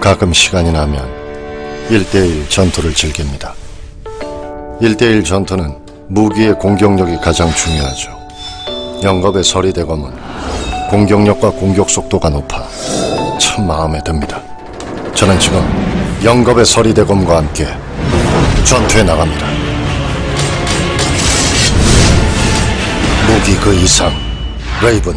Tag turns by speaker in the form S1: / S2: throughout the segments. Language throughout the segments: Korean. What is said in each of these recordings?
S1: 가끔 시간이 나면 1대1 전투를 즐깁니다. 1대1 전투는 무기의 공격력이 가장 중요하죠. 영겁의 서리대검은 공격력과 공격 속도가 높아 참 마음에 듭니다. 저는 지금 영겁의 서리대검과 함께 전투에 나갑니다. 무기 그 이상 레이븐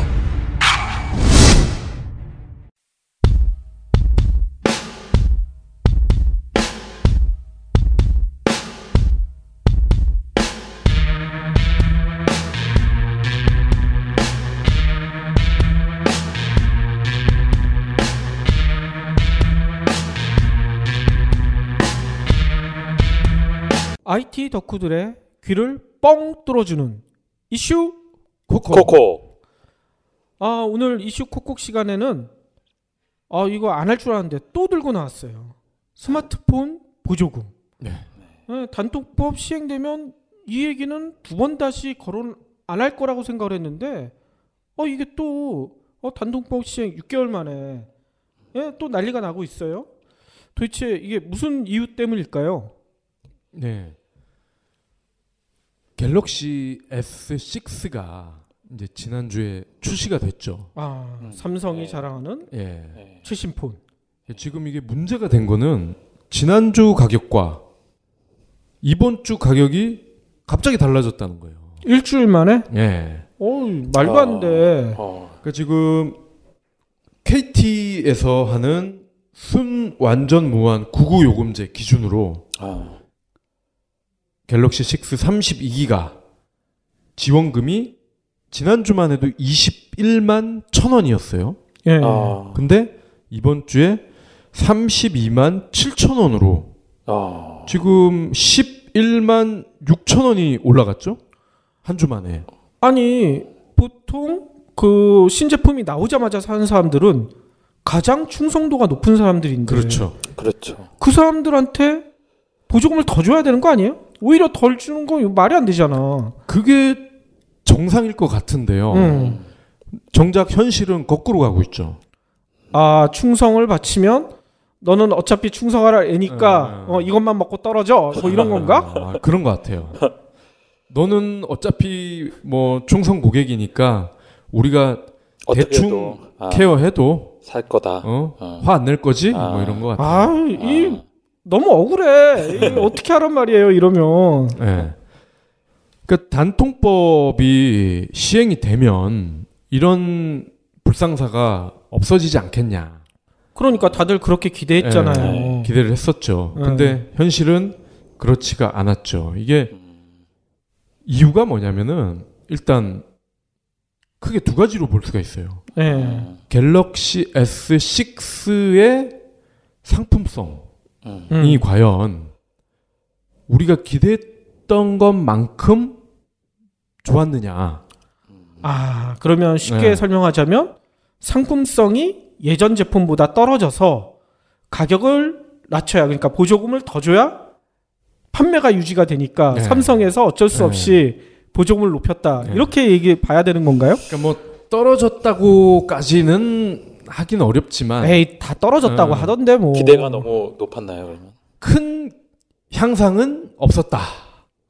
S2: IT 덕후들의 귀를 뻥 뚫어주는 이슈 코코.
S3: 코코.
S2: 아 오늘 이슈 콕콕 시간에는 아 이거 안 할 줄 알았는데 또 들고 나왔어요. 스마트폰 보조금. 네, 단통법 시행되면 이 얘기는 두 번 다시 거론 안 할 거라고 생각을 했는데 어 이게 또 어, 단통법 시행 6개월 만에 예, 또 난리가 나고 있어요. 도대체 이게 무슨 이유 때문일까요?
S4: 네. 갤럭시 S6가 이제 지난주에 출시가 됐죠.
S2: 아
S3: 음.
S2: 삼성이
S3: 네.
S2: 자랑하는
S4: 예.
S3: 네.
S2: 최신 폰.
S4: 지금 이게 문제가 된 거는 지난주 가격과 이번 주 가격이 갑자기 달라졌다는 거예요.
S2: 일주일 만에?
S4: 예.
S2: 어이, 말도 안 돼.
S3: 어.
S4: 그러니까 지금 KT에서 하는 순 완전 무한 구구 요금제 기준으로
S3: 아.
S4: 갤럭시 6 32기가 지원금이 지난주만 해도 21만 천 원이었어요.
S2: 예.
S3: 아.
S4: 근데 이번 주에 32만 7천 원으로
S3: 아.
S4: 지금 11만 6천 원이 올라갔죠? 한 주 만에.
S2: 아니, 보통 그 신제품이 나오자마자 사는 사람들은 가장 충성도가 높은 사람들인데.
S3: 그렇죠.
S2: 그 사람들한테 보조금을 더 줘야 되는 거 아니에요? 오히려 덜 주는 거 이거 말이 안 되잖아.
S4: 그게 정상일 것 같은데요.
S2: 음.
S4: 정작 현실은 거꾸로 가고 있죠.
S2: 아, 충성을 바치면 너는 어차피 충성할 애니까
S4: 음.
S2: 어, 이것만 먹고 떨어져. 뭐 이런 건가?
S4: 아, 그런 것 같아요. 너는 어차피 뭐 충성 고객이니까 우리가
S3: 어떻게
S4: 대충
S3: 해도, 아,
S4: 케어해도
S3: 살 거다.
S4: 어?
S3: 어.
S4: 화 안 낼 거지?
S3: 아.
S4: 뭐 이런 것 같아요.
S2: 아, 이 너무 억울해. 이거 어떻게 하란 말이에요, 이러면.
S4: 예. 그러니까 단통법이 시행이 되면 이런 불상사가 없어지지 않겠냐
S2: 그러니까 다들 그렇게 기대했잖아요. 어.
S3: 네.
S4: 기대를 했었죠.
S2: 네.
S4: 근데 현실은 그렇지가 않았죠. 이게 이유가 뭐냐면은 일단 크게 두 가지로 볼 수가 있어요.
S2: 네.
S4: 갤럭시 S6의 상품성이
S3: 음.
S2: 음.
S4: 과연 우리가 기대했던 것만큼 좋았느냐.
S2: 아, 그러면 쉽게
S4: 네.
S2: 설명하자면 상품성이 예전 제품보다 떨어져서 가격을 낮춰야 그러니까 보조금을 더 줘야 판매가 유지가 되니까
S4: 네.
S2: 삼성에서 어쩔 수
S4: 네.
S2: 없이 보조금을 높였다.
S4: 네.
S2: 이렇게 얘기 봐야 되는 건가요?
S4: 그러니까 뭐 떨어졌다고까지는 하긴 어렵지만
S2: 에이, 다 떨어졌다고
S4: 네.
S2: 하던데 뭐.
S3: 기대가 너무 높았나요, 그러면?
S4: 큰 향상은 없었다.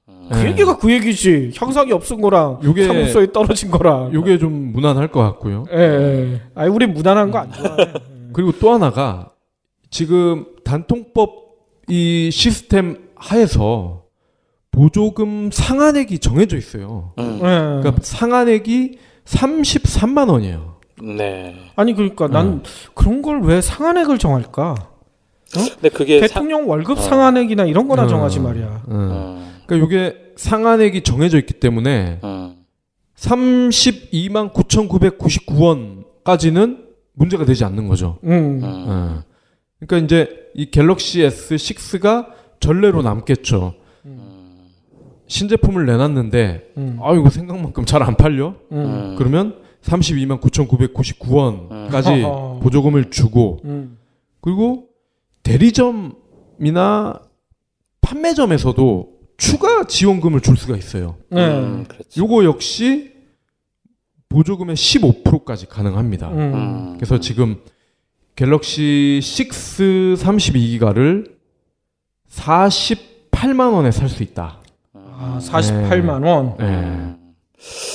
S3: 음.
S2: 그
S4: 네.
S2: 얘기가 그 얘기지. 향상이 없은 거랑
S4: 요게-
S2: 상품성이 떨어진 거랑.
S4: 요게 좀 무난할 것 같고요.
S2: 예, 예. 아, 우리 무난한 거 안 좋아해.
S4: 그리고 또 하나가 지금 단통법 이 시스템 하에서 보조금 상한액이 정해져 있어요.
S3: 음.
S2: 예.
S4: 그러니까 상한액이 33만 원이에요.
S3: 네.
S2: 아니 그러니까
S4: 음.
S2: 난 그런 걸 왜 상한액을 정할까?
S3: 근데 그게 상-
S2: 대통령 월급
S3: 어.
S2: 상한액이나 이런 거나
S4: 음.
S2: 정하지 말이야.
S4: 음.
S3: 음.
S4: 그러니까 이게 상한액이 정해져 있기 때문에
S3: 음.
S4: 32만 9,999원까지는 문제가 되지 않는 거죠.
S2: 음.
S3: 음.
S4: 어. 그러니까 이제 이 갤럭시 S6가 전례로 남겠죠.
S3: 음.
S4: 신제품을 내놨는데
S2: 음.
S4: 아 이거 생각만큼 잘 안 팔려?
S2: 음.
S3: 음.
S4: 그러면 32만 9,999원까지
S2: 어허.
S4: 보조금을 주고
S2: 음.
S4: 그리고 대리점이나 판매점에서도 추가 지원금을 줄 수가 있어요.
S2: 네.
S3: 음, 그렇지.
S4: 요거 역시 보조금의 15%까지 가능합니다.
S2: 음.
S3: 음.
S4: 그래서 지금 갤럭시 6 32기가를 48만 원에 살 수 있다.
S3: 음.
S2: 아, 48만 원. 아.
S4: 예.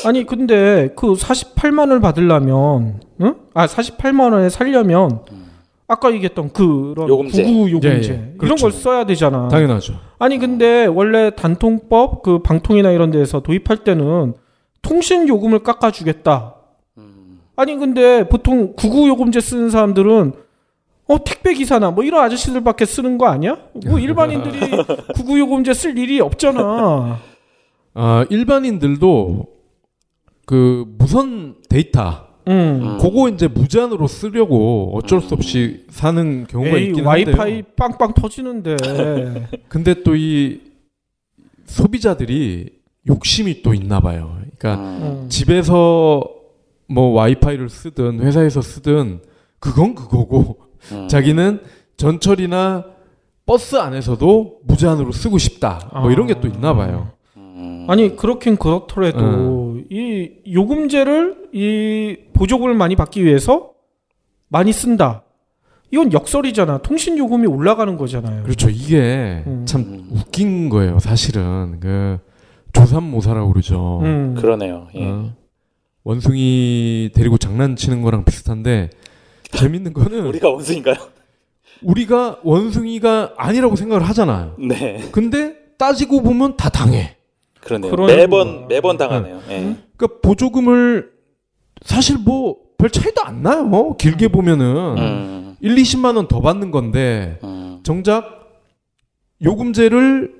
S2: 아니 근데 그 48만을 받으려면 응? 아 48만 원에 살려면 아까 얘기했던 그런
S3: 음. 요금제.
S2: 구구 요금제
S4: 예, 예.
S2: 이런
S4: 그렇죠.
S2: 걸 써야 되잖아.
S4: 당연하죠.
S2: 아니 근데 원래 단통법 그 방통이나 이런 데에서 도입할 때는 통신 요금을 깎아 주겠다. 아니 근데 보통 구구 요금제 쓰는 사람들은 어 택배 기사나 뭐 이런 아저씨들밖에 쓰는 거 아니야? 뭐 일반인들이 구구 요금제 쓸 일이 없잖아.
S4: 아, 일반인들도 그 무선 데이터
S2: 응.
S3: 음.
S4: 그거 이제 무제한으로 쓰려고 어쩔 수 없이 사는 경우가
S2: 음. 에이,
S4: 있긴 한데요.
S2: 와이파이 빵빵 터지는데
S4: 근데 또 이 소비자들이 욕심이 또 있나 봐요. 그러니까
S2: 음.
S4: 집에서 뭐 와이파이를 쓰든 회사에서 쓰든 그건 그거고
S2: 음.
S3: 음.
S4: 자기는 전철이나 버스 안에서도 무제한으로 쓰고 싶다. 뭐 이런 게 또 있나 봐요.
S2: 아.
S3: 어. 음.
S2: 아니 그렇긴 그렇더라도
S4: 네.
S2: 이 요금제를 이 보조금을 많이 받기 위해서 많이 쓴다. 이건 역설이잖아. 통신 요금이 올라가는 거잖아요.
S4: 그렇죠. 이게
S2: 음.
S4: 참 웃긴 거예요. 사실은 그 조삼모사라고 그러죠.
S2: 음.
S3: 그러네요. 예.
S4: 어. 원숭이 데리고 장난치는 거랑 비슷한데 재밌는 거는
S3: 우리가 원수인가요?
S4: 우리가 원숭이가 아니라고 생각을 하잖아요.
S3: 네.
S4: 근데 따지고 보면 다 당해.
S3: 그러네요.
S2: 그런 거구나.
S4: 음.
S3: 매번 매번 당하네요. 예.
S4: 그러니까 보조금을 사실 뭐 별 차이도 안 나요. 어? 길게 보면은
S3: 음.
S4: 1, 20만 원 더 받는 건데
S3: 음.
S4: 정작 요금제를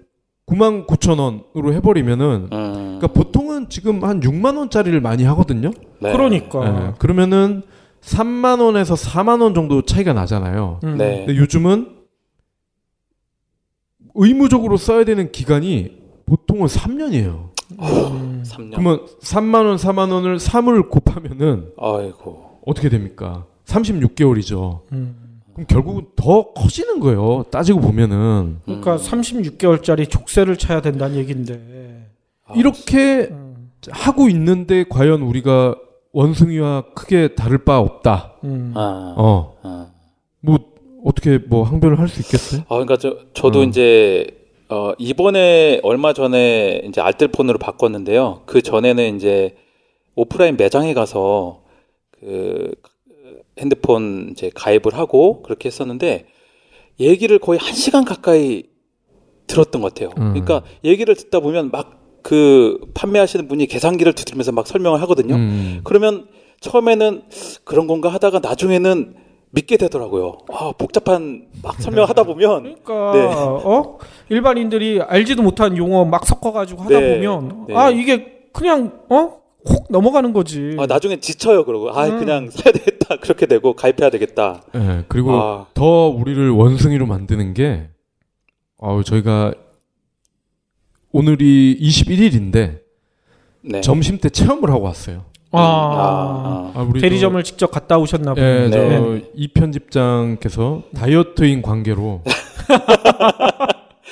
S4: 9만 9천 원으로 해버리면은
S3: 음.
S4: 그러니까 보통은 지금 한 6만 원짜리를 많이 하거든요.
S3: 네.
S2: 그러니까.
S4: 예, 그러면은 3만 원에서 4만 원 정도 차이가 나잖아요.
S2: 음.
S3: 네.
S4: 근데 요즘은 의무적으로 써야 되는 기간이 보통은 3년이에요.
S2: 음.
S3: 3년.
S4: 그러면 3만 원, 4만 원을 3을 곱하면은
S3: 아이고.
S4: 어떻게 됩니까? 36개월이죠.
S2: 음.
S4: 그럼 결국은 더 커지는 거예요. 따지고 보면은
S2: 그러니까
S3: 음.
S2: 36개월짜리 족쇄를 차야 된다는 얘긴데.
S3: 아,
S4: 이렇게
S2: 음.
S4: 하고 있는데 과연 우리가 원숭이와 크게 다를 바 없다.
S2: 음.
S3: 아.
S4: 어.
S3: 아.
S4: 뭐 어떻게 뭐 항변을 할 수 있겠어요?
S3: 아, 그러니까 저, 저도
S4: 음.
S3: 이제 어, 이번에 얼마 전에 이제 알뜰폰으로 바꿨는데요. 그 전에는 이제 오프라인 매장에 가서 그 핸드폰 이제 가입을 하고 그렇게 했었는데 얘기를 거의 한 시간 가까이 들었던 것 같아요.
S4: 음.
S3: 그러니까 얘기를 듣다 보면 막 그 판매하시는 분이 계산기를 두드리면서 막 설명을 하거든요.
S4: 음.
S3: 그러면 처음에는 그런 건가 하다가 나중에는 믿게 되더라고요. 아, 복잡한 막 설명하다
S4: 음.
S3: 보면
S2: 그러니까
S3: 네.
S2: 어 일반인들이 알지도 못한 용어 막 섞어가지고 하다
S3: 네.
S2: 보면
S3: 네.
S2: 아 이게 그냥 어혹 넘어가는 거지.
S3: 아, 나중에 지쳐요 그러고 아
S2: 음.
S3: 그냥 사야 되겠다 그렇게 되고 가입해야 되겠다.
S4: 예, 그리고
S3: 아,
S4: 더 우리를 원숭이로 만드는 게, 어, 저희가 오늘이 21일인데
S3: 네.
S4: 점심 때 체험을 하고 왔어요.
S2: 아,
S3: 아, 아.
S4: 아, 우리
S2: 대리점을 직접 갔다 오셨나
S4: 저,
S2: 보네.
S4: 예,
S3: 네.
S4: 저 이편집장께서 다이어트인 관계로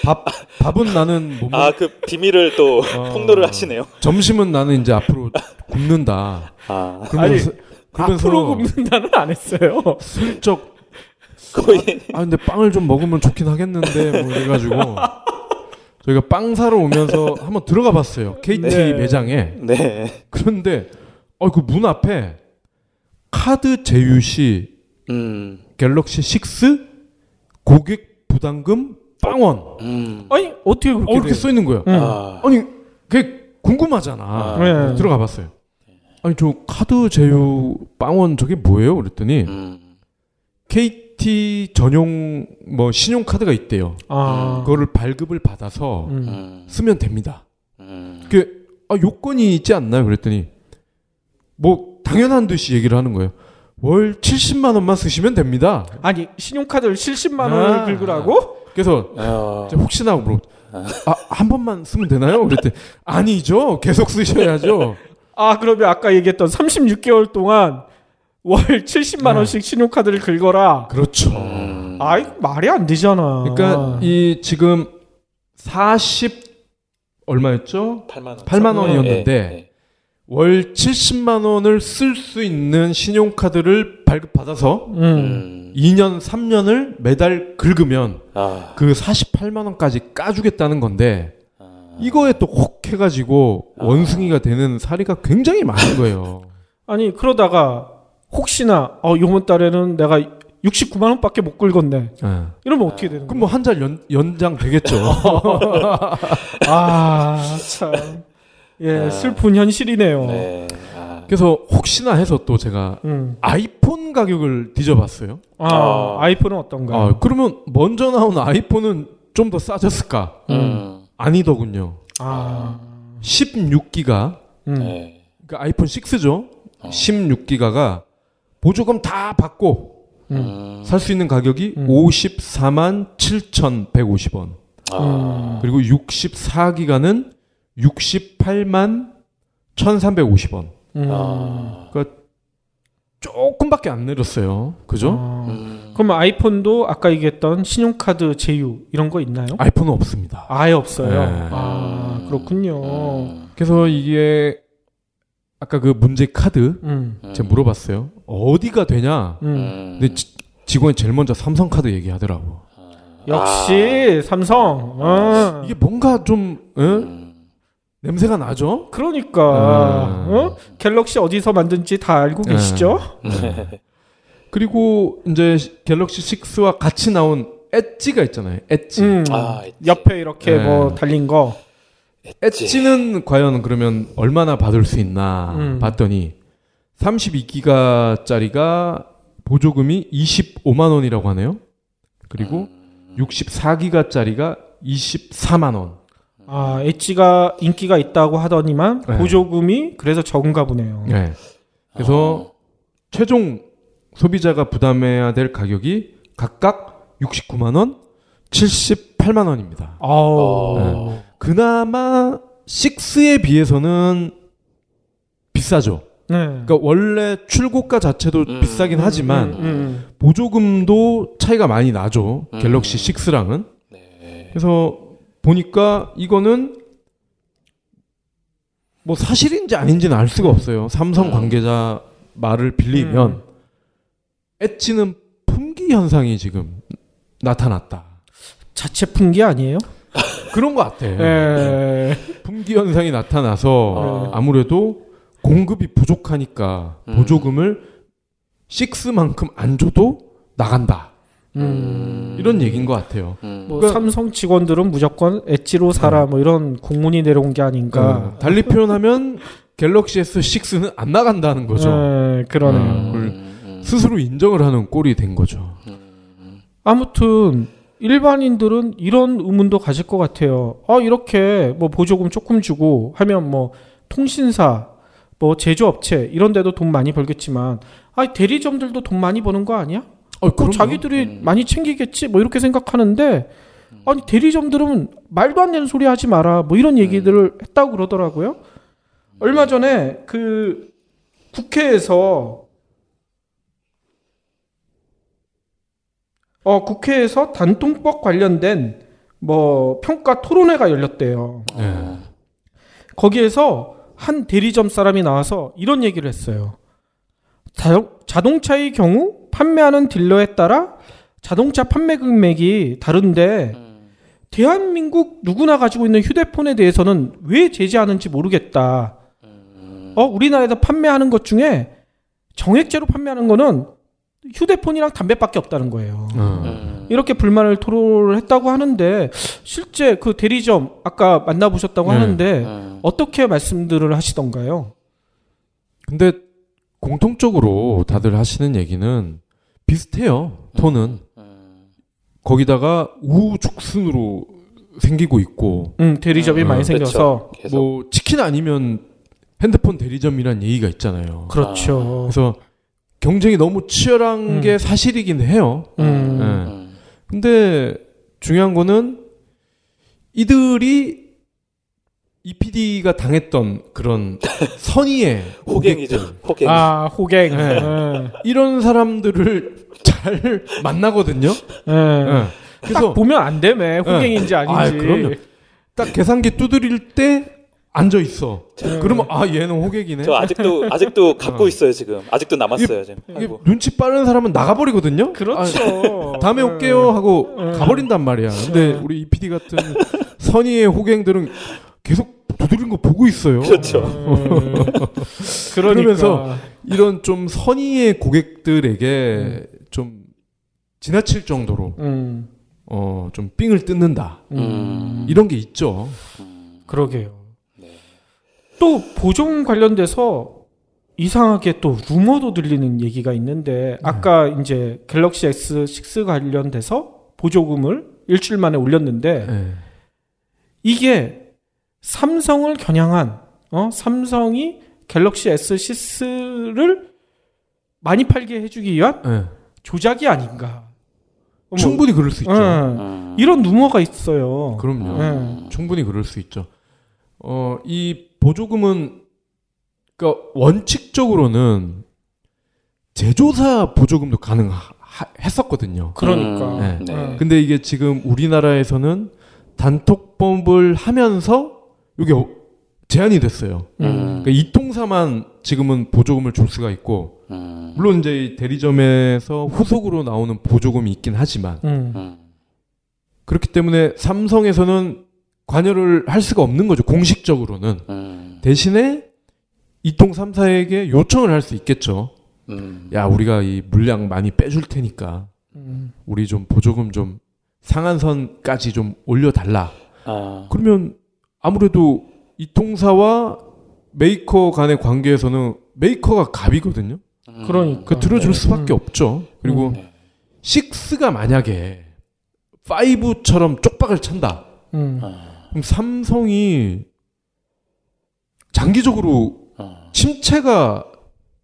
S4: 밥 밥은 나는 못 먹,
S3: 아, 그 비밀을 또
S4: 아.
S3: 폭로를 하시네요.
S4: 점심은 나는 이제 앞으로 굶는다.
S3: 아,
S4: 그러면서 그러면서
S2: 앞으로 굽는다는 안 했어요.
S4: 슬쩍
S3: 거의
S4: 아 근데 빵을 좀 먹으면 좋긴 하겠는데 뭐 이래가지고 저희가 빵 사러 오면서 한번 들어가 봤어요 KT
S2: 네.
S4: 매장에
S3: 네.
S4: 그런데 그 문 앞에 카드 제휴 시
S3: 음.
S4: 갤럭시 6 고객 부담금 빵원
S3: 음.
S2: 아니 어떻게
S4: 어
S2: 그렇게
S4: 이렇게
S2: 돼요? 음.
S4: 써 있는 거예요
S2: 응.
S3: 아.
S4: 아니 그게 궁금하잖아
S3: 아,
S2: 네.
S4: 들어가 봤어요 아니 저 카드 제휴 빵원 저게 뭐예요 그랬더니
S3: 음.
S4: KT 전용 뭐 신용카드가 있대요
S2: 아,
S4: 그거를 발급을 받아서
S2: 음.
S3: 음.
S4: 쓰면 됩니다.
S3: 음.
S4: 그 아, 요건이 있지 않나요? 그랬더니 뭐 당연한 듯이 얘기를 하는 거예요. 월 70만 원만 쓰시면 됩니다.
S2: 아니 신용카드를 70만 원을
S4: 아.
S2: 긁으라고?
S4: 그래서
S3: 어.
S4: 제가 혹시나 물어 아, 한 번만 쓰면 되나요? 그랬더니 아니죠. 계속 쓰셔야죠.
S2: 아 그러면 아까 얘기했던 36개월 동안 월 70만
S4: 네.
S2: 원씩 신용카드를 긁어라.
S4: 그렇죠.
S3: 음.
S2: 아이 말이 안 되잖아.
S4: 그러니까 이 지금 40 얼마였죠?
S3: 8만 원.
S4: 8만 원이었는데
S3: 예, 예.
S4: 월 70만 원을 쓸 수 있는 신용카드를 발급받아서
S2: 음.
S4: 네.
S3: 음.
S4: 2년 3년을 매달 긁으면
S3: 아,
S4: 그 48만 원까지 까주겠다는 건데
S3: 아.
S4: 이거에 또 혹 해가지고
S3: 아.
S4: 원숭이가 되는 사례가 굉장히 많은 거예요.
S2: 아니 그러다가 혹시나 어 요번 달에는 내가 69만 원밖에 못 긁었네.
S4: 예.
S2: 이러면 어떻게 되는 거야?
S4: 그럼 뭐 한 달 연, 연장 되겠죠.
S2: 아, 참. 예,
S3: 아.
S2: 슬픈
S4: 어.
S2: 현실이네요.
S3: 네. 아,
S4: 그래서 혹시나 해서 또 제가
S2: 음.
S4: 아이폰 가격을 뒤져봤어요.
S2: 아,
S3: 아.
S2: 아이폰은 어떤가요?
S4: 아, 그러면 먼저 나온 아이폰은 좀 더 싸졌을까?
S3: 음.
S4: 아니더군요.
S2: 아,
S4: 16기가
S2: 음.
S3: 네.
S4: 그 아이폰 6죠.
S3: 어.
S4: 16기가가 보조금 다 받고
S3: 음.
S4: 살 수 있는 가격이
S2: 음.
S4: 54만 7,150원.
S3: 아.
S4: 그리고 64기가는 68만 1,350원.
S2: 음.
S3: 아.
S4: 조금밖에 안 내렸어요. 그죠?
S2: 아.
S3: 음.
S2: 그럼 아이폰도 아까 얘기했던 신용카드 제휴 이런 거 있나요?
S4: 아이폰은 없습니다.
S2: 아예 없어요.
S4: 네.
S2: 아, 그렇군요. 음.
S3: 음.
S4: 그래서 이게 아까 그 문제 카드
S2: 음.
S4: 제가 물어봤어요. 어디가 되냐?
S3: 음.
S4: 근데 지- 직원이 제일 먼저 삼성카드 얘기하더라고.
S2: 역시
S4: 아.
S2: 삼성. 어.
S4: 이게 뭔가 좀 예?
S3: 아. 음.
S4: 냄새가 나죠?
S2: 그러니까
S4: 음.
S2: 어? 갤럭시 어디서 만든지 다 알고
S4: 음.
S2: 계시죠?
S4: 네. 그리고 이제 갤럭시 6와 같이 나온 엣지가 있잖아요. 엣지.
S2: 음.
S3: 아, 있지.
S2: 옆에 이렇게
S4: 네.
S2: 뭐 달린 거.
S4: 엣지는 과연 그러면 얼마나 받을 수 있나
S2: 음.
S4: 봤더니 32기가짜리가 보조금이 25만 원이라고 하네요. 그리고 64기가짜리가 24만 원.
S2: 아, 엣지가 인기가 있다고 하더니만
S4: 네.
S2: 보조금이 그래서 적은가 보네요.
S4: 네.
S3: 아. 어.
S4: 그래서 최종 소비자가 부담해야 될 가격이 각각 69만 원, 78만 원입니다.
S2: 아우.
S4: 네. 그나마 6에 비해서는 비싸죠.
S2: 네.
S4: 그러니까 원래 출고가 자체도
S3: 음.
S4: 비싸긴 하지만
S2: 음, 음,
S4: 보조금도 차이가 많이 나죠.
S3: 음.
S4: 갤럭시 6랑은.
S3: 네.
S4: 그래서 보니까 이거는 뭐 사실인지 아닌지는 알 수가 없어요. 삼성
S3: 음.
S4: 관계자 말을 빌리면 엣지는 품귀 현상이 지금 나타났다.
S2: 자체 풍기 아니에요?
S4: 그런 것 같아.
S2: 예.
S4: 품귀 현상이 나타나서
S3: 어.
S4: 아무래도 공급이 부족하니까
S3: 음.
S4: 보조금을 6만큼 안 줘도 나간다.
S2: 음.
S4: 이런 얘기인 것 같아요.
S3: 음.
S2: 뭐
S4: 그러니까- 음.
S2: 삼성 직원들은 무조건 엣지로 살아 뭐 이런 공문이 내려온 게 아닌가.
S4: 그러니까 달리 표현하면 갤럭시 S6는 안 나간다는 거죠.
S2: 예, 그러네요.
S4: 음. 그걸
S3: 음.
S4: 스스로 인정을 하는 꼴이 된 거죠.
S2: 아무튼 일반인들은 이런 의문도 가질 것 같아요. 아 이렇게 뭐 보조금 조금 주고 하면 뭐 통신사, 뭐 제조업체 이런 데도 돈 많이 벌겠지만 아 대리점들도 돈 많이 버는 거 아니야?
S4: 어,
S2: 그
S4: 그럼요.
S2: 자기들이
S3: 음.
S2: 많이 챙기겠지 뭐 이렇게 생각하는데 아니 대리점들은 말도 안 되는 소리 하지 마라 뭐 이런 얘기들을 했다고 그러더라고요. 얼마 전에 그 국회에서 어 국회에서 단통법 관련된 뭐 평가 토론회가 열렸대요.
S4: 네.
S2: 거기에서 한 대리점 사람이 나와서 이런 얘기를 했어요. 자동, 자동차의 경우 판매하는 딜러에 따라 자동차 판매 금액이 다른데 대한민국 누구나 가지고 있는 휴대폰에 대해서는 왜 제재하는지 모르겠다. 어, 우리나라에서 판매하는 것 중에 정액제로 판매하는 거는 휴대폰이랑 담배밖에 없다는 거예요.
S4: 어.
S3: 음.
S2: 이렇게 불만을 토로를 했다고 하는데 실제 그 대리점 아까 만나보셨다고
S4: 네.
S2: 하는데
S3: 음.
S2: 어떻게 말씀들을 하시던가요?
S4: 근데 공통적으로 다들 하시는 얘기는 비슷해요. 톤은
S3: 음.
S4: 거기다가 우후죽순으로 생기고 있고
S2: 음, 대리점이
S4: 음,
S2: 많이
S3: 그쵸.
S2: 생겨서
S3: 계속.
S4: 뭐 치킨 아니면 핸드폰 대리점이란 얘기가 있잖아요.
S2: 그렇죠.
S4: 그래서 경쟁이 너무 치열한
S2: 음.
S4: 게 사실이긴 해요.
S2: 음,
S4: 네.
S3: 음.
S4: 근데 중요한 거는 이들이 이 PD가 당했던 그런 선의의
S3: 호갱이죠. 호갱.
S2: 아 호갱.
S4: 네.
S2: 예.
S4: 이런 사람들을 잘 만나거든요.
S2: 예.
S4: 예.
S2: 딱
S4: 그래서 네.
S2: 보면 안 되매 호갱인지 아닌지.
S4: 아, 그럼요. 딱 계산기 두드릴 때 앉아 있어. 그러면 아 얘는 호객이네.
S3: 저 아직도 아직도 갖고 있어요 음. 지금. 아직도 남았어요 지금.
S4: 이게
S3: 아이고.
S4: 눈치 빠른 사람은 나가버리거든요.
S2: 그렇죠.
S4: 아, 다음에
S2: 예.
S4: 올게요 하고
S2: 예.
S4: 가버린단 말이야. 근데 우리 이 PD 같은 선의의 호갱들은 계속 두드린 거 보고 있어요.
S3: 그렇죠.
S2: 음. 그러니까.
S4: 그러면서 이런 좀 선의의 고객들에게 좀 지나칠 정도로
S2: 음,
S4: 어 좀 삥을 뜯는다
S2: 음.
S3: 음.
S4: 이런 게 있죠.
S2: 그러게요.
S3: 네.
S2: 또 보존 관련돼서 이상하게 또 루머도 들리는 얘기가
S4: 네.
S2: 있는데 아까 이제 갤럭시 S6 관련돼서 보조금을 일주일 만에 올렸는데
S4: 예.
S2: 이게 삼성을 겨냥한 어? 삼성이 갤럭시 S6를 많이 팔게 해주기 위한
S4: 예.
S2: 조작이 아닌가. 어머,
S4: 충분히 그럴 수 있죠.
S2: 예.
S3: 음.
S2: 이런 루머가 있어요.
S4: 그럼요.
S2: 예.
S4: 충분히 그럴 수 있죠. 어, 이 보조금은 그러니까 원칙적으로는 제조사 보조금도 가능했었거든요.
S2: 그러니까.
S3: 음,
S2: 예.
S3: 네.
S4: 근데 이게 지금 우리나라에서는 단톡법을 하면서 이게 어- 제한이 됐어요.
S2: 음.
S4: 그러니까 이통사만 지금은 보조금을 줄 수가 있고
S3: 음.
S4: 물론 이제 이 대리점에서 후속으로 나오는 보조금이 있긴 하지만
S2: 음.
S3: 음.
S4: 그렇기 때문에 삼성에서는 관여를 할 수가 없는 거죠. 공식적으로는.
S3: 음.
S4: 대신에 이통 삼사에게 요청을 할 수 있겠죠.
S3: 음.
S4: 야, 우리가 이 물량 많이 빼줄 테니까
S2: 음.
S4: 우리 좀 보조금 좀 상한선까지 좀 올려달라.
S3: 아.
S4: 그러면 아무래도 이통사와 메이커 간의 관계에서는 메이커가 갑이거든요.
S3: 음.
S2: 그러니까.
S4: 그 들어줄
S2: 네.
S4: 수밖에 없죠. 그리고
S3: 음, 네.
S4: 식스가 만약에 5처럼 쪽박을 찬다.
S2: 음.
S3: 아.
S4: 그럼 삼성이 장기적으로
S3: 아.
S4: 침체가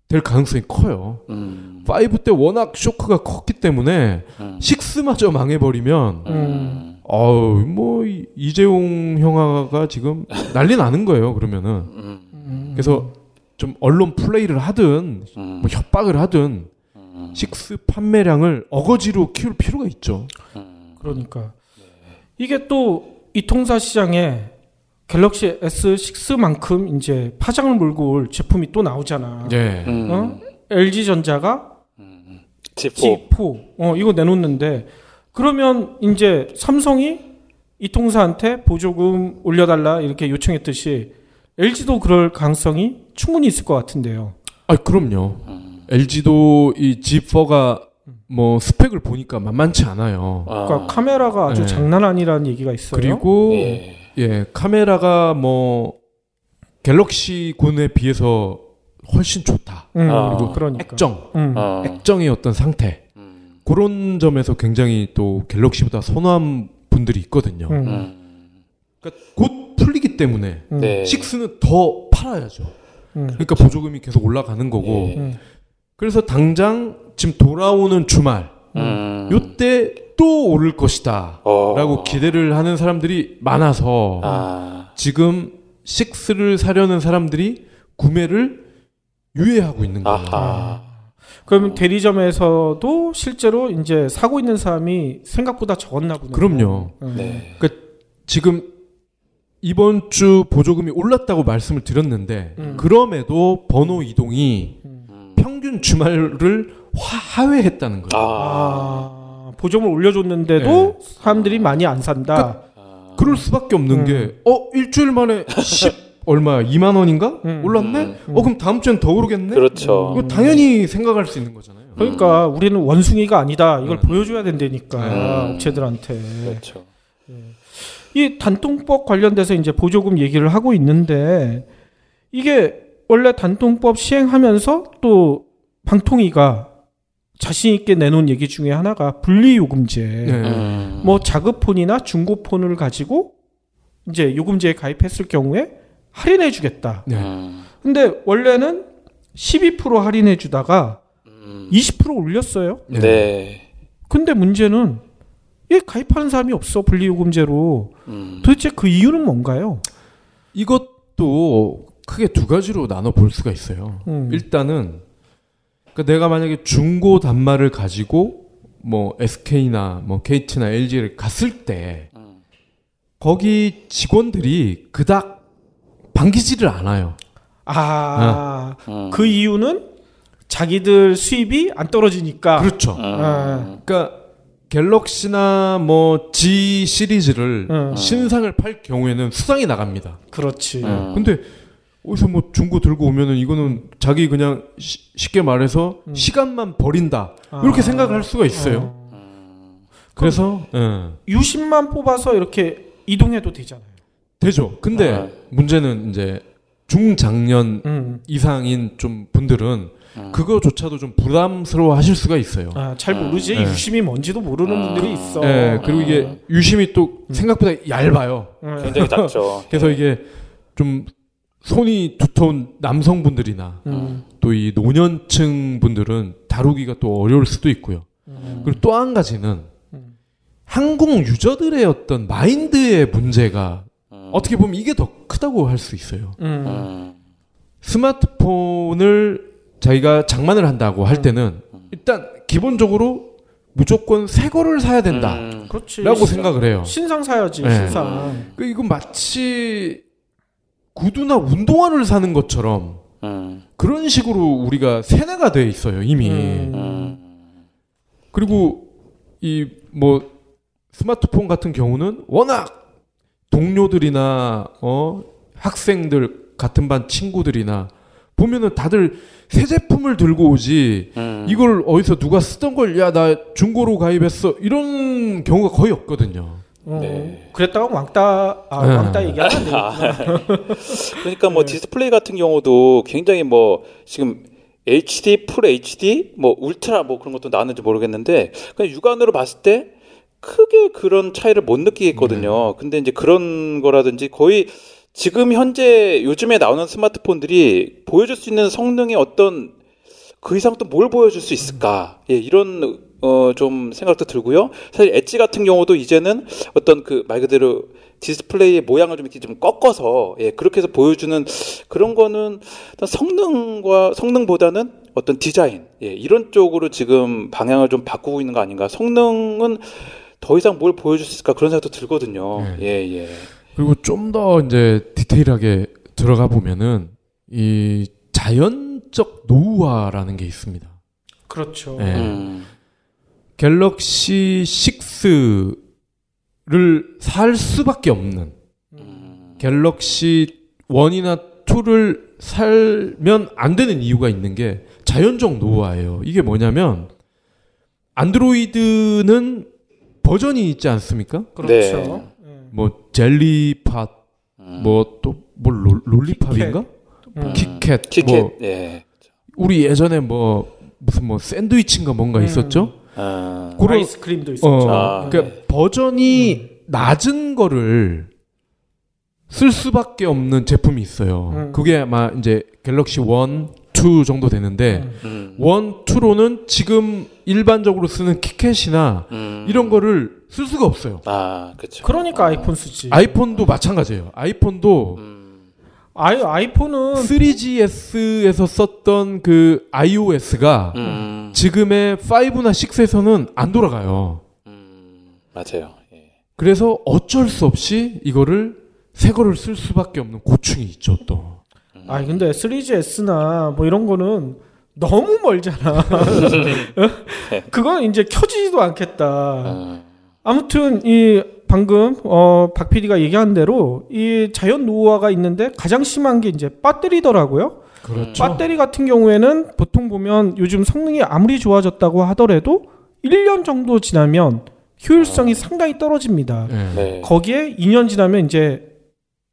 S4: 될 가능성이 커요.
S3: 음.
S4: 5 때 워낙 쇼크가 컸기 때문에
S3: 음.
S4: 6마저 망해버리면
S3: 음.
S4: 어우 뭐 이- 이재용 형아가 지금 난리 나는 거예요. 그러면은
S3: 음.
S2: 음.
S4: 그래서 좀 언론 플레이를 하든
S3: 음.
S4: 뭐 협박을 하든
S3: 음.
S4: 6 판매량을 어거지로 키울 필요가 있죠.
S3: 음.
S2: 그러니까 이게 또 이통사 시장에 갤럭시 S6만큼 이제 파장을 몰고 올 제품이 또 나오잖아.
S4: 예.
S3: 음.
S2: 어? LG 전자가
S3: 음. 지포.
S2: G4 어, 이거 내놓는데 그러면 이제 삼성이 이통사한테 보조금 올려달라 이렇게 요청했듯이 LG도 그럴 가능성이 충분히 있을 것 같은데요.
S4: 아 그럼요.
S3: 음.
S4: LG도 이 G4가 뭐 스펙을 보니까 만만치 않아요.
S3: 아.
S2: 그러니까 카메라가 아주
S4: 네.
S2: 장난 아니라는 얘기가 있어요.
S4: 그리고
S3: 예.
S4: 예, 카메라가 뭐 갤럭시 군에 비해서 훨씬 좋다.
S2: 음,
S3: 아.
S2: 그리고 그러니까
S4: 액정,
S2: 음.
S3: 어.
S4: 액정의 어떤 상태.
S3: 음.
S4: 그런 점에서 굉장히 또 갤럭시보다 선호한 분들이 있거든요.
S2: 음.
S3: 음.
S4: 그러니까 곧 풀리기 때문에
S2: 음.
S3: 네.
S4: 식스는 더 팔아야죠.
S2: 음.
S4: 그러니까 보조금이 계속 올라가는 거고.
S3: 예.
S2: 음.
S4: 그래서 당장 지금 돌아오는 주말
S3: 음.
S4: 요때 또 오를 것이다.
S3: 어.
S4: 라고 기대를 하는 사람들이 많아서
S3: 아.
S4: 지금 6를 사려는 사람들이 구매를 유예하고 있는 거예요.
S3: 아하.
S2: 그러면 대리점에서도 실제로 이제 사고 있는 사람이 생각보다 적었나 보네요.
S4: 그럼요.
S2: 음.
S3: 네.
S4: 지금 이번 주 보조금이 올랐다고 말씀을 드렸는데
S2: 음.
S4: 그럼에도 번호 이동이
S2: 음.
S4: 평균 주말을 화, 하회했다는 거예요.
S3: 아.
S2: 아, 보조금을
S4: 네.
S2: 올려줬는데도 사람들이 많이 안 산다.
S3: 아.
S4: 그럴 수밖에 없는
S2: 음.
S4: 게 어 일주일 만에 10 얼마야? 2만 원인가?
S2: 음.
S4: 올랐네?
S2: 음.
S4: 어 그럼 다음 주엔 더 오르겠네? 음.
S3: 그렇죠.
S4: 이거 당연히 생각할 수 있는 거잖아요.
S2: 그러니까 우리는 원숭이가 아니다. 이걸
S4: 음. 네.
S2: 보여줘야 된다니까
S3: 음.
S2: 업체들한테.
S3: 그렇죠.
S2: 이 단통법 관련돼서 이제 보조금 얘기를 하고 있는데 이게 원래 단통법 시행하면서 또 방통위가 자신 있게 내놓은 얘기 중에 하나가 분리요금제.
S4: 네.
S3: 음.
S2: 뭐 자급폰이나 중고폰을 가지고 이제 요금제에 가입했을 경우에 할인해 주겠다.
S4: 네.
S3: 음.
S2: 근데 원래는 12% 할인해 주다가
S3: 음.
S2: 20% 올렸어요.
S3: 네.
S2: 근데 문제는 얘 가입하는 사람이 없어 분리요금제로
S3: 음.
S2: 도대체 그 이유는 뭔가요?
S4: 이것도 크게 두 가지로 나눠 볼 수가 있어요.
S2: 음.
S4: 일단은 그러니까 내가 만약에 중고 단말을 가지고 뭐 SK나 뭐 KT나 LG를 갔을 때
S3: 음.
S4: 거기 직원들이 그닥 반기지를 않아요.
S2: 아,
S3: 음.
S2: 그 이유는 자기들 수입이 안 떨어지니까.
S4: 그렇죠.
S2: 아,
S3: 음.
S4: 그러니까 갤럭시나 뭐 G 시리즈를
S2: 음.
S4: 신상을 팔 경우에는 수상이 나갑니다.
S2: 그렇지.
S3: 음.
S4: 근데 어디서 뭐 중고 들고 오면은 이거는 자기 그냥 시- 쉽게 말해서 시간만 버린다 이렇게
S2: 아.
S4: 생각할 수가 있어요.
S2: 어.
S4: 그래서 예.
S2: 유심만 뽑아서 이렇게 이동해도 되잖아요.
S4: 되죠. 근데
S3: 아.
S4: 문제는 이제 중장년
S2: 음.
S4: 이상인 좀 분들은 그거조차도 좀 부담스러워하실 수가 있어요.
S2: 아, 잘 모르지.
S4: 네.
S2: 유심이 뭔지도 모르는
S3: 음.
S2: 분들이 있어.
S4: 예, 그리고 이게 유심이 또 생각보다 얇아요.
S2: 음.
S3: 굉장히 작죠.
S4: 그래서 이게 좀 손이 두터운 남성분들이나
S2: 음.
S4: 또 이 노년층 분들은 다루기가 또 어려울 수도 있고요. 그리고 또 한 가지는
S2: 음.
S4: 한국 유저들의 어떤 마인드의 문제가
S3: 음.
S4: 어떻게 보면 이게 더 크다고 할 수 있어요.
S2: 음.
S3: 음.
S4: 스마트폰을 자기가 장만을 한다고 할 때는 일단 기본적으로 무조건 새 거를 사야 된다라고
S3: 음.
S2: 그렇지.
S4: 생각을 해요.
S2: 신상 사야지.
S4: 네.
S2: 신상.
S4: 그 이건 마치 구두나 운동화를 사는 것처럼
S3: 음.
S4: 그런 식으로 우리가 세뇌가 돼 있어요 이미
S2: 음.
S3: 음.
S4: 그리고 이 뭐 스마트폰 같은 경우는 워낙 동료들이나 어 학생들 같은 반 친구들이나 보면은 다들 새 제품을 들고 오지
S3: 음.
S4: 이걸 어디서 누가 쓰던 걸 야 나 중고로 가입했어 이런 경우가 거의 없거든요.
S2: 어.
S3: 네.
S2: 그랬다가 왕따 아,
S4: 네.
S2: 왕따 얘기하면 안 되겠다.
S3: 그러니까 뭐 디스플레이 같은 경우도 굉장히 뭐 지금 HD, 풀 HD, 뭐 울트라 뭐 그런 것도 나왔는지 모르겠는데 그냥 육안으로 봤을 때 크게 그런 차이를 못 느끼겠거든요. 근데 이제 그런 거라든지 거의 지금 현재 요즘에 나오는 스마트폰들이 보여줄 수 있는 성능의 어떤 그 이상 또 뭘 보여줄 수 있을까? 예, 이런 어 좀 생각도 들고요. 사실 엣지 같은 경우도 이제는 어떤 그 말 그대로 디스플레이의 모양을 좀 이렇게 좀 꺾어서 예, 그렇게 해서 보여주는 그런 거는 일단 성능과 성능보다는 어떤 디자인 예, 이런 쪽으로 지금 방향을 좀 바꾸고 있는 거 아닌가? 성능은 더 이상 뭘 보여줄 수 있을까 그런 생각도 들거든요.
S4: 네.
S3: 예, 예.
S4: 그리고 좀 더 이제 디테일하게 들어가 보면은 이 자연적 노후화라는 게 있습니다.
S2: 그렇죠.
S4: 네.
S3: 음.
S4: 갤럭시 6를 살 수밖에 없는
S3: 음.
S4: 갤럭시 1이나 2를 살면 안 되는 이유가 있는 게 자연적 노화예요. 이게 뭐냐면 안드로이드는 버전이 있지 않습니까?
S2: 그렇죠. 네.
S4: 뭐 젤리팟,
S3: 음.
S4: 뭐 또 뭐 롤리팝인가?
S2: 음.
S4: 키캣,
S3: 티켓
S4: 뭐
S3: 예.
S4: 우리 예전에 뭐 무슨 뭐 샌드위치인가 뭔가
S2: 음.
S4: 있었죠?
S3: 아.
S4: 그런-
S2: 아이스크림도 네. 음. 있었죠.
S4: 어,
S3: 아,
S4: 그러니까 버전이 낮은 거를 쓸 수밖에 없는 제품이 있어요.
S2: 음.
S4: 그게 아마 이제 갤럭시 1, 2 정도 되는데
S2: 음.
S3: 음.
S4: 1, 2로는 지금 일반적으로 쓰는 키캣이나
S3: 음.
S4: 이런 거를 쓸 수가 없어요.
S3: 아, 그렇죠.
S2: 그러니까 아이폰 쓰지.
S4: 아이폰도 마찬가지예요. 아이폰도
S3: 음.
S2: 아이 아이폰은
S4: 3GS에서 썼던 그 iOS가
S3: 음.
S4: 지금의 5나 6에서는 안 돌아가요.
S3: 음. 맞아요. 예.
S4: 그래서 어쩔 수 없이 이거를 새 거를 쓸 수밖에 없는 고충이 있죠 또.
S2: 아니 근데 3GS나 뭐 이런 거는 너무 멀잖아. 어? 그건 이제 켜지지도 않겠다.
S3: 음.
S2: 아무튼 이 방금 어박 PD가 얘기한 대로 이 자연 노화가 있는데 가장 심한 게 이제 배터리더라고요.
S4: 그렇죠.
S2: 배터리 같은 경우에는 보통 보면 요즘 성능이 아무리 좋아졌다고 하더라도 1년 정도 지나면 효율성이 상당히 떨어집니다.
S4: 예.
S3: 네.
S2: 거기에 2년 지나면 이제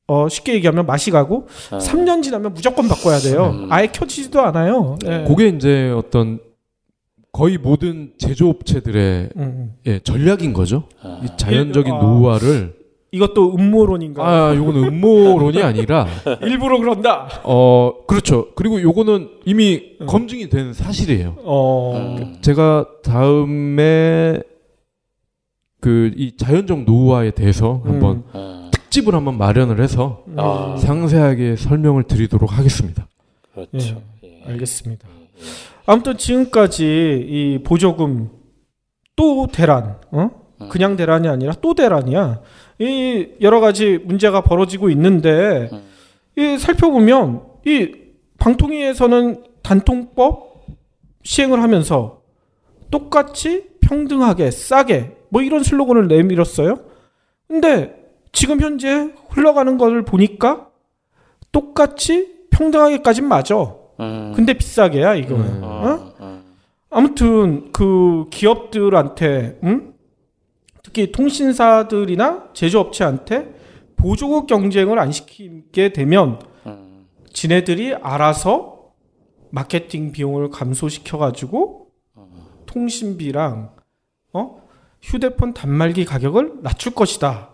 S2: 어 쉽게 얘기하면 맛이 가고
S3: 아,
S2: 3년 지나면 무조건 바꿔야 돼요.
S3: 어. 음.
S2: 아예 켜지지도 않아요. 예.
S4: 그게 이제 어떤 거의 모든 제조업체들의
S2: 음.
S4: 예, 전략인 거죠.
S3: 아.
S4: 이 자연적인
S2: 아.
S4: 노화를
S2: 이것도 음모론인가?
S4: 아, 요거는 음모론이 아니라
S2: 일부러 그런다.
S4: 어 그렇죠. 그리고 요거는 이미
S2: 음.
S4: 검증이 된 사실이에요.
S2: 어.
S3: 음.
S4: 제가 다음에 그 이 자연적 노화에 대해서 한번
S3: 음.
S4: 특집을 한번 마련을 해서
S2: 음.
S3: 아.
S4: 상세하게 설명을 드리도록 하겠습니다.
S3: 그렇죠. 예.
S2: 알겠습니다. 아무튼 지금까지 이 보조금 또 대란, 어?
S3: 음.
S2: 그냥 대란이 아니라 또 대란이야. 이 여러 가지 문제가 벌어지고 있는데
S3: 음.
S2: 이 살펴보면 이 방통위에서는 단통법 시행을 하면서 똑같이 평등하게 싸게 뭐 이런 슬로건을 내밀었어요. 근데 지금 현재 흘러가는 것을 보니까 똑같이 평등하게까진 맞아.
S3: 음.
S2: 근데 비싸게야 이거는.
S4: 음.
S2: 어?
S3: 어, 어.
S2: 아무튼 그 기업들한테 음? 특히 통신사들이나 제조업체한테 보조국 경쟁을 안 시키게 되면
S3: 음.
S2: 지네들이 알아서 마케팅 비용을 감소시켜 가지고 통신비랑 어? 휴대폰 단말기 가격을 낮출 것이다.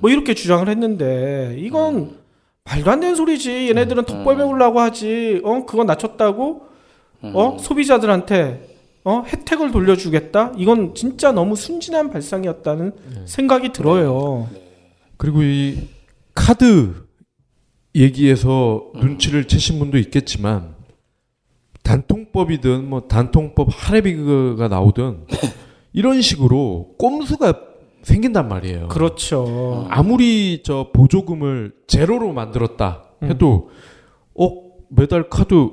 S2: 뭐 이렇게 주장을 했는데 이건 말도 안 되는 소리지. 얘네들은 덕벌 배우려고 하지. 어? 그거 낮췄다고 어? 소비자들한테 어? 혜택을 돌려주겠다. 이건 진짜 너무 순진한 발상이었다는 생각이 들어요.
S4: 그리고 이 카드 얘기에서 눈치를 채신 분도 있겠지만 단통법이든 뭐 단통법 할애비가 나오든 이런 식으로 꼼수가 생긴단 말이에요.
S2: 그렇죠.
S4: 아무리 저 보조금을 제로로 만들었다 해도
S2: 음.
S4: 어 매달 카드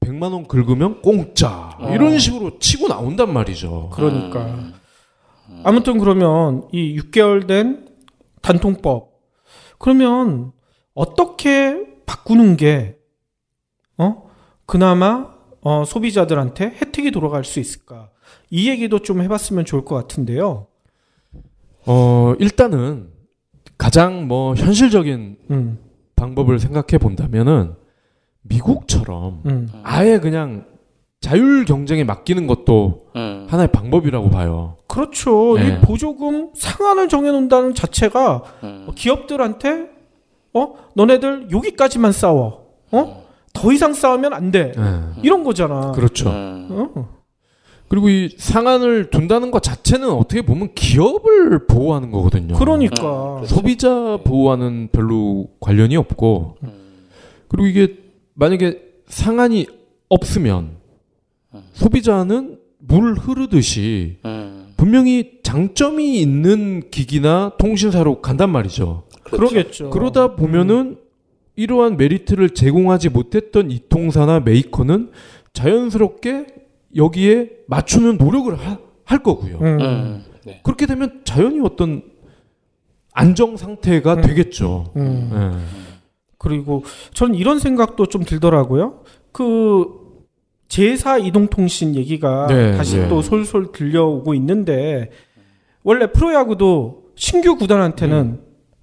S4: 100만 원 긁으면 공짜
S2: 어.
S4: 이런 식으로 치고 나온단 말이죠.
S2: 그러니까.
S3: 음.
S2: 아무튼 그러면 이 6개월 된 단통법. 그러면 어떻게 바꾸는 게, 어? 그나마, 어, 소비자들한테 혜택이 돌아갈 수 있을까? 이 얘기도 좀 해봤으면 좋을 것 같은데요.
S4: 어 일단은 가장 뭐 현실적인
S2: 음,
S4: 방법을 생각해 본다면은 미국처럼
S2: 음.
S4: 아예 그냥 자율 경쟁에 맡기는 것도
S3: 음.
S4: 하나의 방법이라고 봐요.
S2: 그렇죠.
S4: 네.
S2: 이 보조금 상한을 정해놓는다는 자체가
S3: 음.
S2: 어, 기업들한테 어 너네들 여기까지만 싸워 어더 이상 싸우면 안 돼
S4: 예,
S2: 이런 거잖아.
S4: 음. 그렇죠.
S3: 음.
S2: 어.
S4: 그리고 이 상한을 둔다는 것 자체는 어떻게 보면 기업을 보호하는 거거든요.
S2: 그러니까
S3: 음.
S4: 소비자 보호와는 별로 관련이 없고
S3: 음.
S4: 그리고 이게 만약에 상한이 없으면 소비자는 물 흐르듯이
S3: 음.
S4: 분명히 장점이 있는 기기나 통신사로 간단 말이죠.
S3: 그렇죠.
S2: 그러겠죠
S4: 그렇죠. 그러다 보면은 이러한 메리트를 제공하지 못했던 이통사나 메이커는 자연스럽게 여기에 맞추는 노력을 하- 할 거고요.
S2: 음.
S3: 음. 네.
S4: 그렇게 되면 자연히 어떤 안정 상태가
S2: 음.
S4: 되겠죠.
S2: 음.
S4: 예.
S2: 그리고 저는 이런 생각도 좀 들더라고요. 그 제사 이동통신 얘기가
S4: 네,
S2: 다시
S4: 네. 음.
S2: 또 솔솔 들려오고 있는데 원래 프로야구도 신규 구단한테는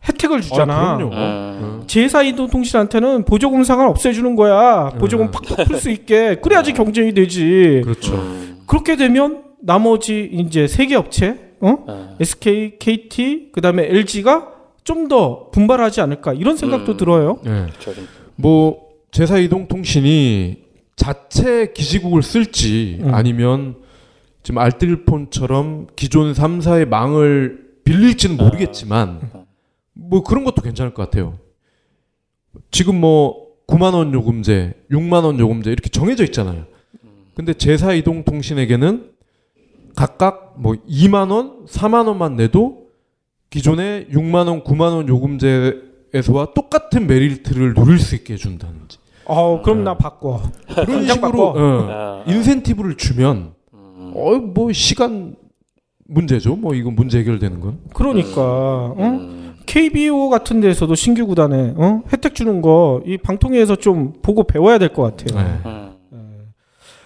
S2: 혜택을 주잖아.
S4: 음. 아, 그럼요.
S3: 음.
S2: 제사이도 통신한테는 보조금 상한 없애주는 거야. 보조금
S4: 음.
S2: 팍팍 풀 수 있게. 그래야지 경쟁이 되지.
S4: 예. 그렇죠.
S3: 음.
S2: 그렇게 되면 나머지 이제 세 개 업체, 어?
S3: 아.
S2: SK, KT, 그 다음에 LG가 좀 더 분발하지 않을까 이런 생각도
S3: 음.
S2: 들어요.
S4: 예.
S3: 그렇죠. 좀.
S4: 뭐 제사 이동 통신이 자체 기지국을 쓸지
S2: 음.
S4: 아니면 지금 알뜰폰처럼 기존 3사의 망을 빌릴지는 모르겠지만
S3: 아.
S4: 뭐 그런 것도 괜찮을 것 같아요. 지금 뭐 9만 원 요금제, 6만 원 요금제 이렇게 정해져 있잖아요. 근데 제사 이동 통신에게는 각각 뭐 2만 원, 4만 원만 내도 기존의 6만 원, 9만 원 요금제에서와 똑같은 메리트를 누릴 수 있게 해준다든지
S2: 어, 그럼
S4: 음.
S2: 나 바꿔.
S4: 그런
S2: 당장
S4: 식으로
S2: 바꿔.
S4: 어,
S3: 아.
S4: 인센티브를 주면
S3: 음.
S4: 어 뭐 시간 문제죠. 뭐 이건 문제 해결되는 건.
S2: 그러니까 어?
S3: 음.
S2: KBO 같은 데에서도 신규 구단에 어? 혜택 주는 거 이 방통위에서 좀 보고 배워야 될 것 같아요.
S4: 네.
S3: 음.
S2: 예.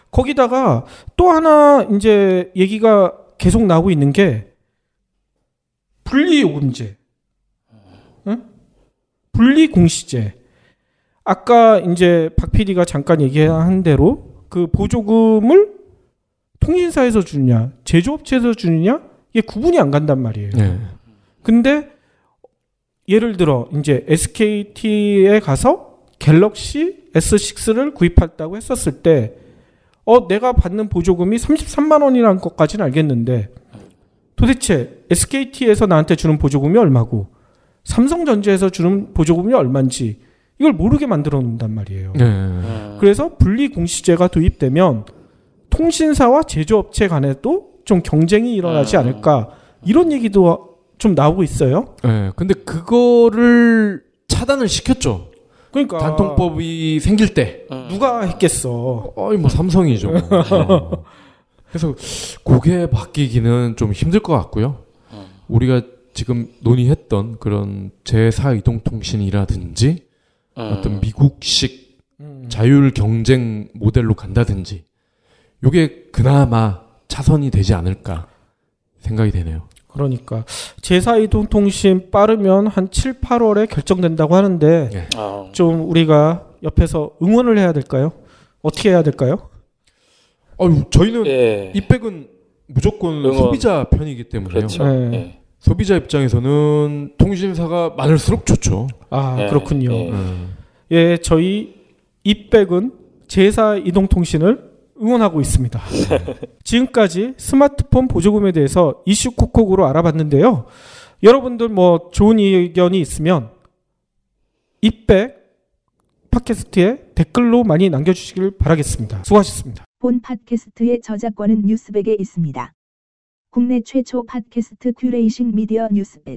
S2: 거기다가 또 하나 이제 얘기가 계속 나오고 있는 게 분리요금제, 응? 분리공시제. 아까 이제 박 PD가 잠깐 얘기한 대로 그 보조금을 통신사에서 주느냐, 제조업체에서 주느냐 이게 구분이 안 간단 말이에요.
S4: 네.
S2: 근데 예를 들어 이제 SKT에 가서 갤럭시 S6를 구입했다고 했었을 때, 어 내가 받는 보조금이 33만 원이라는 것까지는 알겠는데, 도대체 SKT에서 나한테 주는 보조금이 얼마고, 삼성전자에서 주는 보조금이 얼마인지 이걸 모르게 만들어 놓는단 말이에요.
S4: 네.
S2: 그래서 분리 공시제가 도입되면 통신사와 제조업체 간에도 좀 경쟁이 일어나지
S3: 음.
S2: 않을까 이런
S4: 예.
S2: 얘기도 좀 나오고 있어요.
S4: 네. 근데 그거를 차단을 시켰죠.
S2: 그러니까
S4: 단통법이 생길 때,
S2: 누가 했겠어.
S4: 어이 뭐 삼성이죠. 어. 그래서 그게 바뀌기는 좀 힘들 것 같고요. 우리가 지금 논의했던 그런 제사 이동통신이라든지 어떤 미국식
S2: 음.
S4: 자율 경쟁 모델로 간다든지 요게 그나마 차선이 되지 않을까 생각이 되네요.
S2: 그러니까 제사 이동 통신 빠르면 한 7, 8월에 결정된다고 하는데
S3: 아,
S2: 좀 우리가 옆에서 응원을 해야 될까요? 어떻게 해야 될까요?
S4: 아유 어, 저희는
S3: 예.
S4: 이 백은 무조건
S3: 응원.
S4: 소비자 편이기 때문에요.
S3: 그렇죠.
S2: 네.
S3: 예.
S4: 소비자 입장에서는 통신사가 많을수록 좋죠. 음.
S2: 아
S3: 예,
S2: 그렇군요.
S4: 네.
S3: 예.
S2: 예, 저희 입백은 제사 이동통신을 응원하고 있습니다. 지금까지 스마트폰 보조금에 대해서 이슈 콕콕으로 알아봤는데요. 여러분들 뭐 좋은 의견이 있으면 입백 팟캐스트에 댓글로 많이 남겨주시길 바라겠습니다. 수고하셨습니다.
S5: 본 팟캐스트의 저작권은 뉴스백에 있습니다. 국내 최초 팟캐스트 큐레이싱 미디어 뉴스백.